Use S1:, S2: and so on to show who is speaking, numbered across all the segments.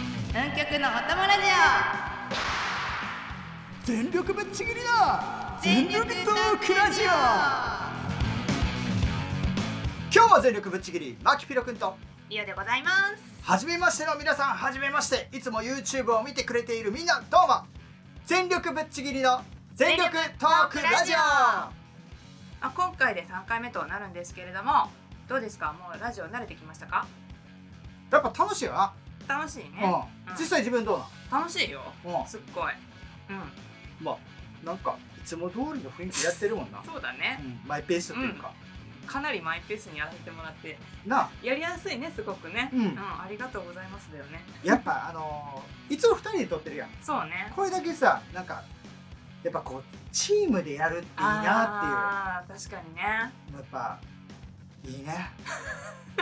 S1: 局のおともラジオ
S2: 全力ぶっちぎりだ全力トークラジオ今日は全力ぶっちぎりマキピロくんと
S1: リオでございます
S2: はじめましての皆さんはじめましていつも YouTube を見てくれているみんなどうも全力ぶっちぎりの全力トークラジオ
S1: あ今回で3回目となるんですけれどもどうですかもうラジオ慣れてきましたか
S2: やっぱ楽しいよな、
S1: 楽しいね、
S2: うん、実際自分どう
S1: 楽しいよ
S2: なの、
S1: すっごいうん
S2: うん、まあなんかいつも通りの雰囲気やってるもんな、
S1: そうだ
S2: う
S1: ね
S2: ん、マイペースというか、
S1: かなりマイペースにやらせてもらって
S2: なあ
S1: やりやすいねすごくね
S2: うん
S1: ありがとうございますだよね
S2: やっぱあのーいつも2人で撮ってるやん
S1: そうね
S2: これだけさなんかやっぱこうチームでやるっていいな
S1: あー確かにね
S2: っていうやっぱいいね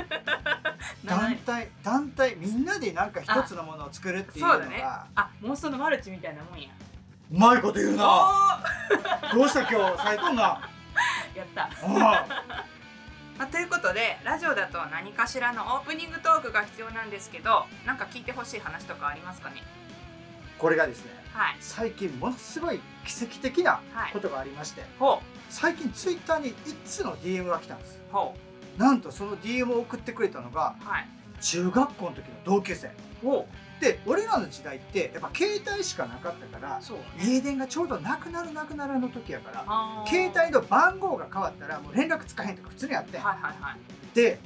S1: な
S2: 団体団体みんなでなんか一つのものを作るっていうの
S1: そうだね
S2: が
S1: あ妄想のマルチみたいなもんや
S2: うまいこと言うな
S1: お
S2: どうした今日斉藤な
S1: ーやった
S2: おう
S1: まあ、ということでラジオだと何かしらのオープニングトークが必要なんですけどなんか聞いてほしい話とかありますかね
S2: これがですね
S1: はい
S2: 最近ものすごい奇跡的な
S1: はい
S2: ことがありまして
S1: ほ
S2: 最近ツイッターに1つの DM が来たんです
S1: うほ
S2: なんとその DM を送ってくれたのが
S1: うはい
S2: 中学校の時の同級生
S1: ほ
S2: で俺らの時代ってやっぱ携帯しかなかったから
S1: そう
S2: 家電がちょうどなくなるなくなるの時やから
S1: あー
S2: 携帯の番号が変わったらもう連絡つかへんとか普通にあってん
S1: はいはいはい
S2: で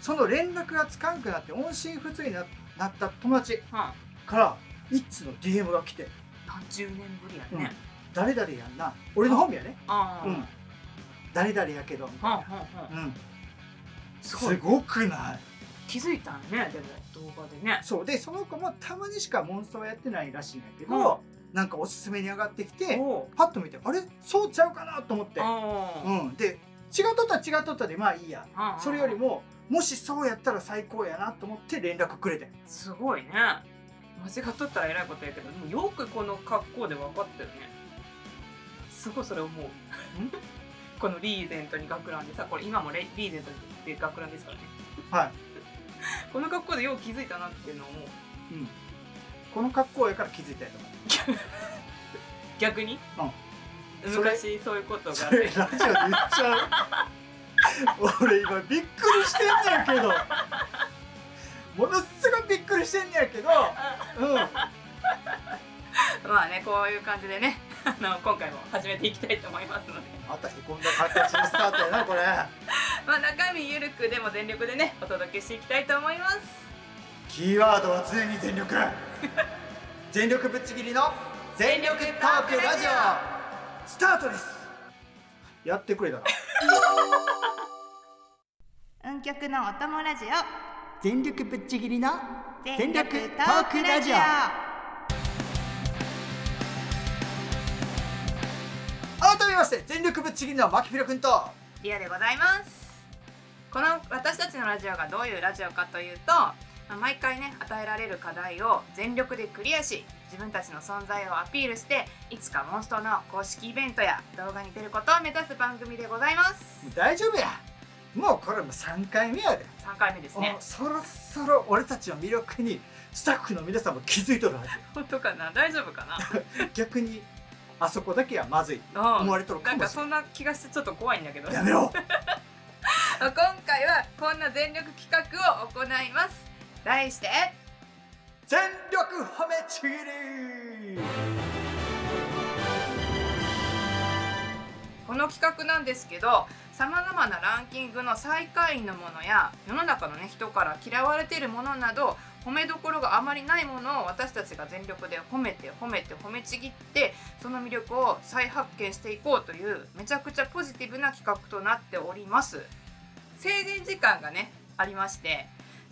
S2: その連絡がつかんくなって音信不通にななった友達
S1: う
S2: から一通の DM が来て
S1: ん何十年ぶりやね、
S2: 「誰々やんな俺の本名やね
S1: ああ
S2: うん誰々やけど」
S1: はんはんはん
S2: うん
S1: すご
S2: す
S1: い
S2: ごくない
S1: 気づいたんねでも動画でね
S2: そうでその子もたまにしかモンストはやってないらしいんやけど、なんかおすすめに上がってきて
S1: ほ
S2: パッと見てあれそうちゃうかなと思って
S1: うあ
S2: うん、で違っとったら違っとったでまあいいや
S1: あ
S2: それよりももしそうやったら最高やなと思って連絡くれてん
S1: すごいね間違っとったらえらいことやけどでもよくこの格好で分かったよねすごいそれ思うこのリーゼントに学ランでさこれ今もレリーゼントで学ランですからね
S2: はい、
S1: この格好でよう気づいたなっていうのを思う
S2: うん、この格好やから気づいたやと思
S1: 逆に、
S2: うんそれ
S1: 昔そういうこと
S2: う
S1: が
S2: それラジオで言っちゃう 俺今びっくりしてんねやけどものすごいびっくりしてんねやけどうん
S1: まあねこういう感じでね あの今回も始めていきたいと思いますので
S2: またへこんだ形のスタートやなこれ
S1: まあ中身ゆるくでも全力でねお届けしていきたいと思います
S2: キーワードは常に全力全力ぶっちぎりの全力トークラジオスタートですやってくれたな
S3: 運極のお供ラジオ
S2: 全力ぶっちぎりの全力トークラジオ改めまして全力ぶっちぎりのマキピロ君と
S1: リアでございますこの私たちのラジオがどういうラジオかというとまあ毎回ね与えられる課題を全力でクリアし自分たちの存在をアピールしていつかモンストの公式イベントや動画に出ることを目指す番組でございます
S2: 大丈夫やもうこれも3回目やで、
S1: 3回目ですね
S2: もうそろそろ俺たちの魅力にスタッフの皆さんも気づいとるはず
S1: 本当かな大丈夫か
S2: 逆にあそこだけはまずい
S1: な
S2: 思われとる
S1: な
S2: か
S1: ん
S2: も
S1: か
S2: しれ
S1: そんな気がしてちょっと怖いんだけど
S2: ないやめろ
S1: 今回はこんな全力企画を行います題して
S2: 全力褒めちぎり
S1: この企画なんですけどさまざまなランキングの最下位のものや世の中の、ね、人から嫌われているものなど褒めどころがあまりないものを私たちが全力で褒めて褒めて褒めちぎってその魅力を再発見していこうというめちゃくちゃポジティブな企画となっております制限時間がねありまして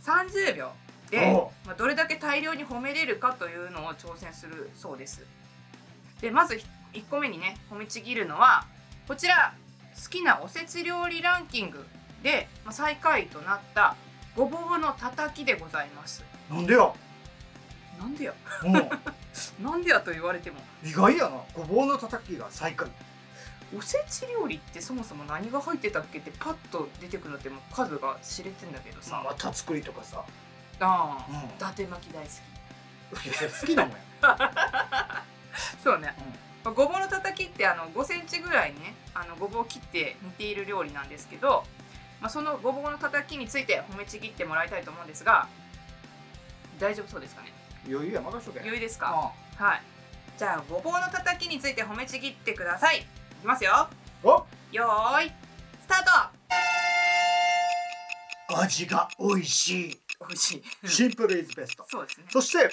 S1: 30秒で
S2: お、
S1: まあ、どれだけ大量に褒めれるかというのを挑戦するそうですでまず1個目にね褒めちぎるのはこちら好きなおせち料理ランキングでまあ最下位となったごぼうのたたきでございます
S2: なんでよ
S1: なんでや
S2: もう
S1: なんでやと言われても
S2: 意外やなごぼうのたたきが最下位
S1: おせち料理ってそもそも何が入ってたっけってパッと出てくるのってもう数が知れてんだけどさ、
S2: また作りとかさ、
S1: あ
S2: うん
S1: ー伊達巻き大好き
S2: いやそれ好きだもん
S1: そうね、ごぼうのたたきってあの5センチぐらいにねあのごぼうを切って煮ている料理なんですけど、まあ、そのごぼうのたたきについて褒めちぎってもらいたいと思うんですが大丈夫そうですかね
S2: 余裕や任しとけ
S1: 余裕ですか
S2: あ
S1: はいじゃあごぼうのたたきについて褒めちぎってくださいいきますよ
S2: お
S1: よーいスター
S2: 味が美味しい
S1: ト美味しい
S2: シンプルイズベスト
S1: そうですね
S2: そして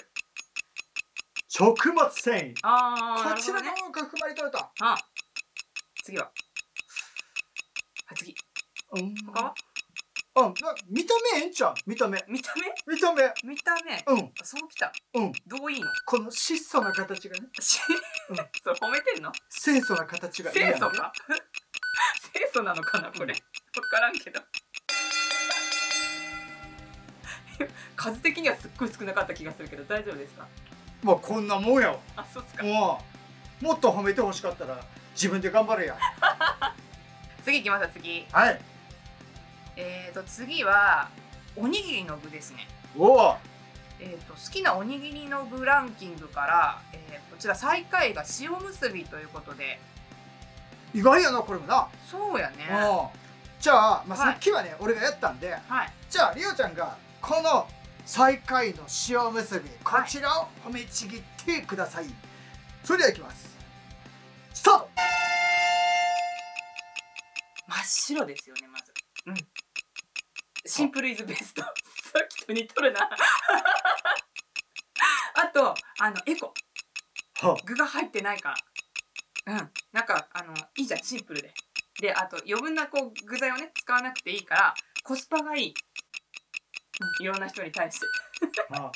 S2: 食物繊維
S1: ああ
S2: こちらの方が含まれとると
S1: ああ次ははい次
S2: うん
S1: 他は
S2: うんな見た目ええんちゃう見た目
S1: 見た
S2: 見た目
S1: 目見た目
S2: うん
S1: そうきた
S2: うん
S1: どういいの
S2: この質素な形がね
S1: し
S2: うん
S1: それ褒めてんの
S2: 清楚な形がいいや
S1: 清
S2: ん
S1: 楚か 清楚なのかなこれ分からんけど 数的にはすっごい少なかった気がするけど大丈夫ですか
S2: もうこんなもんやわ
S1: あそうっすか
S2: もうもっと褒めてほしかったら自分で頑張れや
S1: 次行きましょう次
S2: はい
S1: えーと次はおにぎりの具ですね
S2: おお
S1: えー、と好きなおにぎりの具ランキングから、えーこちら最下位が塩むすびということで
S2: 意外やなこれもな、
S1: そうやね
S2: おじゃあ、まあ、
S1: はい
S2: さっきはね、俺がやったんで
S1: はい
S2: じゃあリオちゃんがこの最下位の塩結びこ
S1: はい
S2: ちらを褒めちぎってください、それではいきますスタート
S1: 真っ白ですよねまずうんシンプルイズベスト さっきと似とるな あとあのエコ
S2: は
S1: 具が入ってないからうんなんかあのいいじゃんシンプルでであと余分なこう具材をね使わなくていいからコスパがいい、うん、いろんな人に対して
S2: あ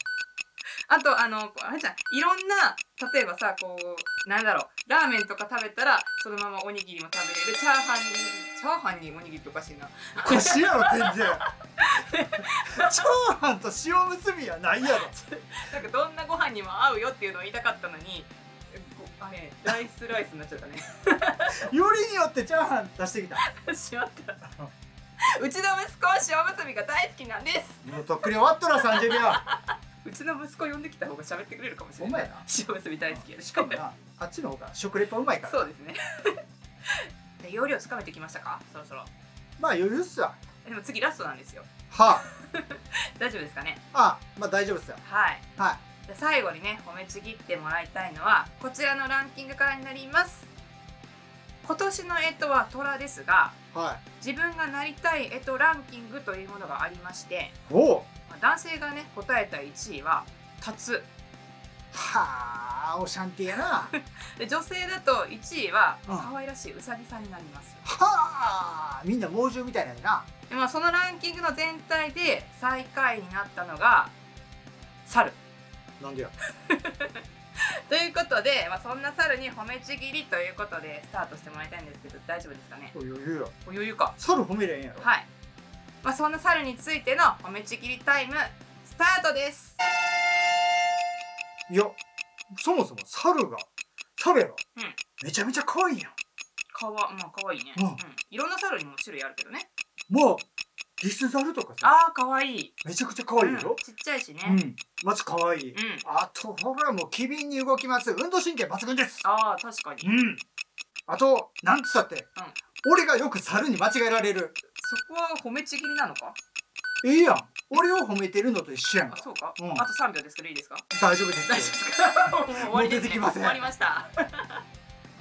S1: あとあのこうあれじゃんいろんな例えばさこうなんだろうラーメンとか食べたらそのままおにぎりも食べれるチャーハンにチャーハンにおにぎりっておかしいな
S2: こしやろ全然 チャーハンと塩結びはないやろ
S1: なんかどんなご飯にも合うよっていうのを言いたかったのにこあれライスライスになっちゃったね
S2: よりによってチャーハン出してきた
S1: しまった うちの息子は塩結びが大好きなんです
S2: もうとっくに終わっとら30秒
S1: うちの息子呼んできた方が喋ってくれるかもしれ
S2: ほんま
S1: ない
S2: やな
S1: 塩結び大好きやで
S2: しかもなあっちの方が食レポうまいから
S1: そうですね で容量つかめてきましたかそろそろ
S2: まあ余裕っすわ
S1: でも次ラストなんですよ
S2: は
S1: 大丈夫ですかね
S2: ああまあ大丈夫っすよ
S1: はい
S2: は
S1: じゃあ最後にね褒めちぎってもらいたいのはこちらのランキングからになります今年の干支は虎ですが
S2: いは
S1: 自分がなりたい干支ランキングというものがありまして
S2: いおお
S1: まあ男性がね答えた1位はタツ
S2: はあオシャンティやなは
S1: で女性だと1位は
S2: うん
S1: 可愛らしいうさぎさんになります、
S2: あみんな猛獣みたいなんやな
S1: でまあ、そのランキングの全体で最下位になったのが猿
S2: なんでよ
S1: ということで、まあ、そんな猿に褒めちぎりということでスタートしてもらいたいんですけど大丈夫ですかね
S2: 余裕よ
S1: お余裕か
S2: 猿褒めれんやろ
S1: はい、まあ、そんな猿についての褒めちぎりタイムスタートです
S2: いやそもそも猿が猿やろ、
S1: うん
S2: めちゃめちゃ可愛いやん
S1: かわまあかわいいね、
S2: うん
S1: いろんな猿にも種類あるけどね
S2: もうリスザルとかさ
S1: あーかわいい
S2: めちゃくちゃ可愛いや
S1: うん
S2: ろ、
S1: ちっちゃいしね、
S2: うんまず可愛い、
S1: うん
S2: あとほらもう機敏に動きます運動神経抜群です
S1: ああ確かに、
S2: うんあとなんつったって、俺がよく猿に間違えられる
S1: そこは褒めちぎりなのか
S2: いいやん俺を褒めてるのと一緒やん
S1: あ
S2: か
S1: そうか、
S2: うん
S1: あと3秒ですけどいいですか
S2: 大丈夫です
S1: 大丈夫ですかもう終わりです、ね、
S2: もう出てきませ
S1: 終
S2: ん
S1: わりました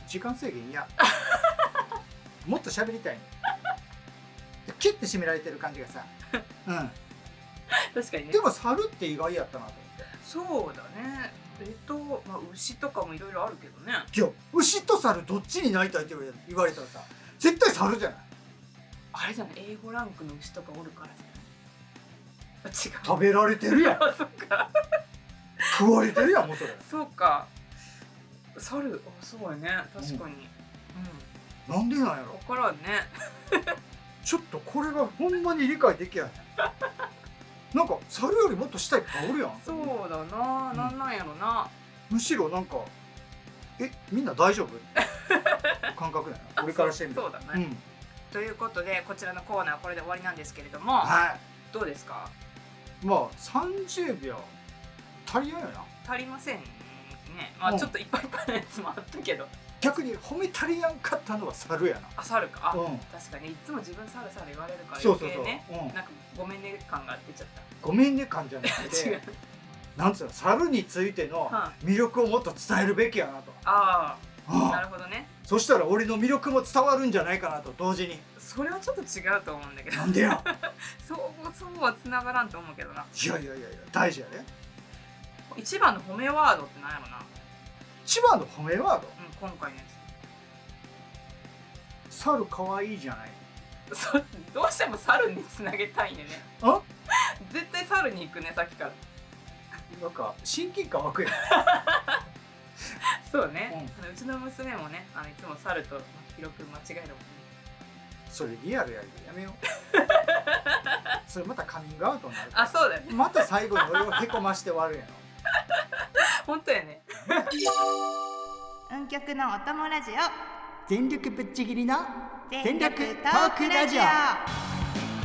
S2: 時間制限いや もっと喋りたいねキュッて締められてる感じがさ、う
S1: 確かに
S2: ん、
S1: ね
S2: でも猿って意外やったなと思っ
S1: そうだねえっと、まあ、牛とかもいろいろあるけどね
S2: ていや牛と猿どっちになりたいって言われたらさ絶対猿じゃない
S1: あれじゃない A5 ランクの牛とかおるからじゃないあ違う
S2: 食べられてるやん
S1: あそっか
S2: 食われてるやんもうそれ
S1: そうか猿あそうやね確かに
S2: なんでなんや
S1: うん、
S2: ろ
S1: 分からんね
S2: ちょっとこれがほんまに理解できやんなんか猿よりもっと下いっぱいおるやん
S1: そうだな、
S2: うん
S1: なんなんやろな
S2: むしろなんかえみんな大丈夫感覚だよな俺からしてみて
S1: そうだね、
S2: うん
S1: ということでこちらのコーナーはこれで終わりなんですけれども
S2: はい
S1: どうですか
S2: まあ30秒足りないよな
S1: 足足りませんねま
S2: う
S1: あ
S2: ん
S1: ちょっといっぱいいっぱいのやつもあったけど
S2: 逆に褒め足りやんかったのは猿やな
S1: あ猿かあ
S2: うん
S1: 確かにいつも自分猿猿言われるから
S2: そう
S1: 余
S2: そ
S1: 計
S2: うそう、
S1: ね
S2: うん、
S1: なんかごめんね感が出ちゃった
S2: ごめんね感じゃなく
S1: 違う
S2: てなんつうの猿についての
S1: は
S2: 魅力をもっと伝えるべきやなと、
S1: ああな
S2: ああ
S1: るほどね
S2: そしたら俺の魅力も伝わるんじゃないかなと同時に
S1: それはちょっと違うと思うんだけど
S2: なんでや
S1: そうそうは繋がらんと思うけどない
S2: やいやいやいや大事やね
S1: 一番の褒めワードって何やろな、う
S2: 一番の褒めワード
S1: ん、今回のや
S2: 猿かわいいじゃない
S1: つそうどうしても猿につなげたいんでね
S2: あ
S1: 絶対猿に行くねさっきから
S2: なんか親近感 湧くやん
S1: そうね、うあのうちの娘もねあのいつも猿と広く間違えるもんね
S2: それリアルやりや めようそれまたカミングアウトになるから
S1: あそうだよね
S2: また最後に俺をへこまして終わるやろ
S1: 本当やね
S3: 運極のお供ラジオ
S2: 全力ぶっちぎりな全力トークラジオ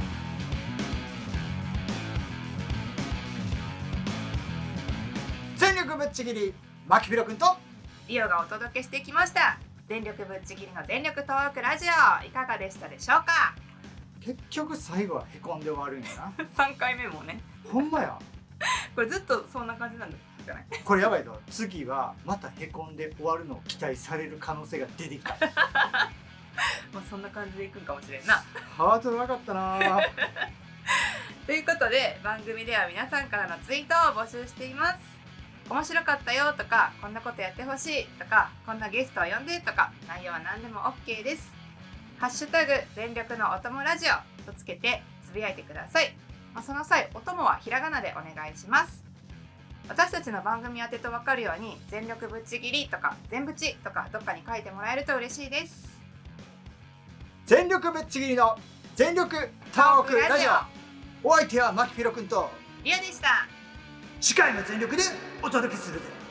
S2: 全力ぶっちぎりマキピロ君と
S1: リオがお届けしてきました全力ぶっちぎりの全力トークラジオいかがでしたでしょうか
S2: 結局最後はへこんで終わるんや な
S1: 3回目もね
S2: ほんまや
S1: これずっとそんな感じなんじゃない
S2: これやばいぞ次はまたへこんで終わるのを期待される可能性が出てきた
S1: まあそんな感じでいくんかもしれんな
S2: ハードル上がったな ぁ
S1: ということで番組では皆さんからのツイートを募集しています面白かったよとかこんなことやってほしいとかこんなゲストを呼んでとか内容は何でも OK ですハッシュタグ全力のお供ラジオとつけてつぶやいてください、まあ、その際お供はひらがなでお願いします私たちの番組宛てと分かるように全力ぶっちぎりとか全ぶちとかどっかに書いてもらえると嬉しいです
S2: 全力ぶっちぎりの全力トークラジオお相手はマキピロ君と
S1: リアでした
S2: 次回の全力でお届けするぜ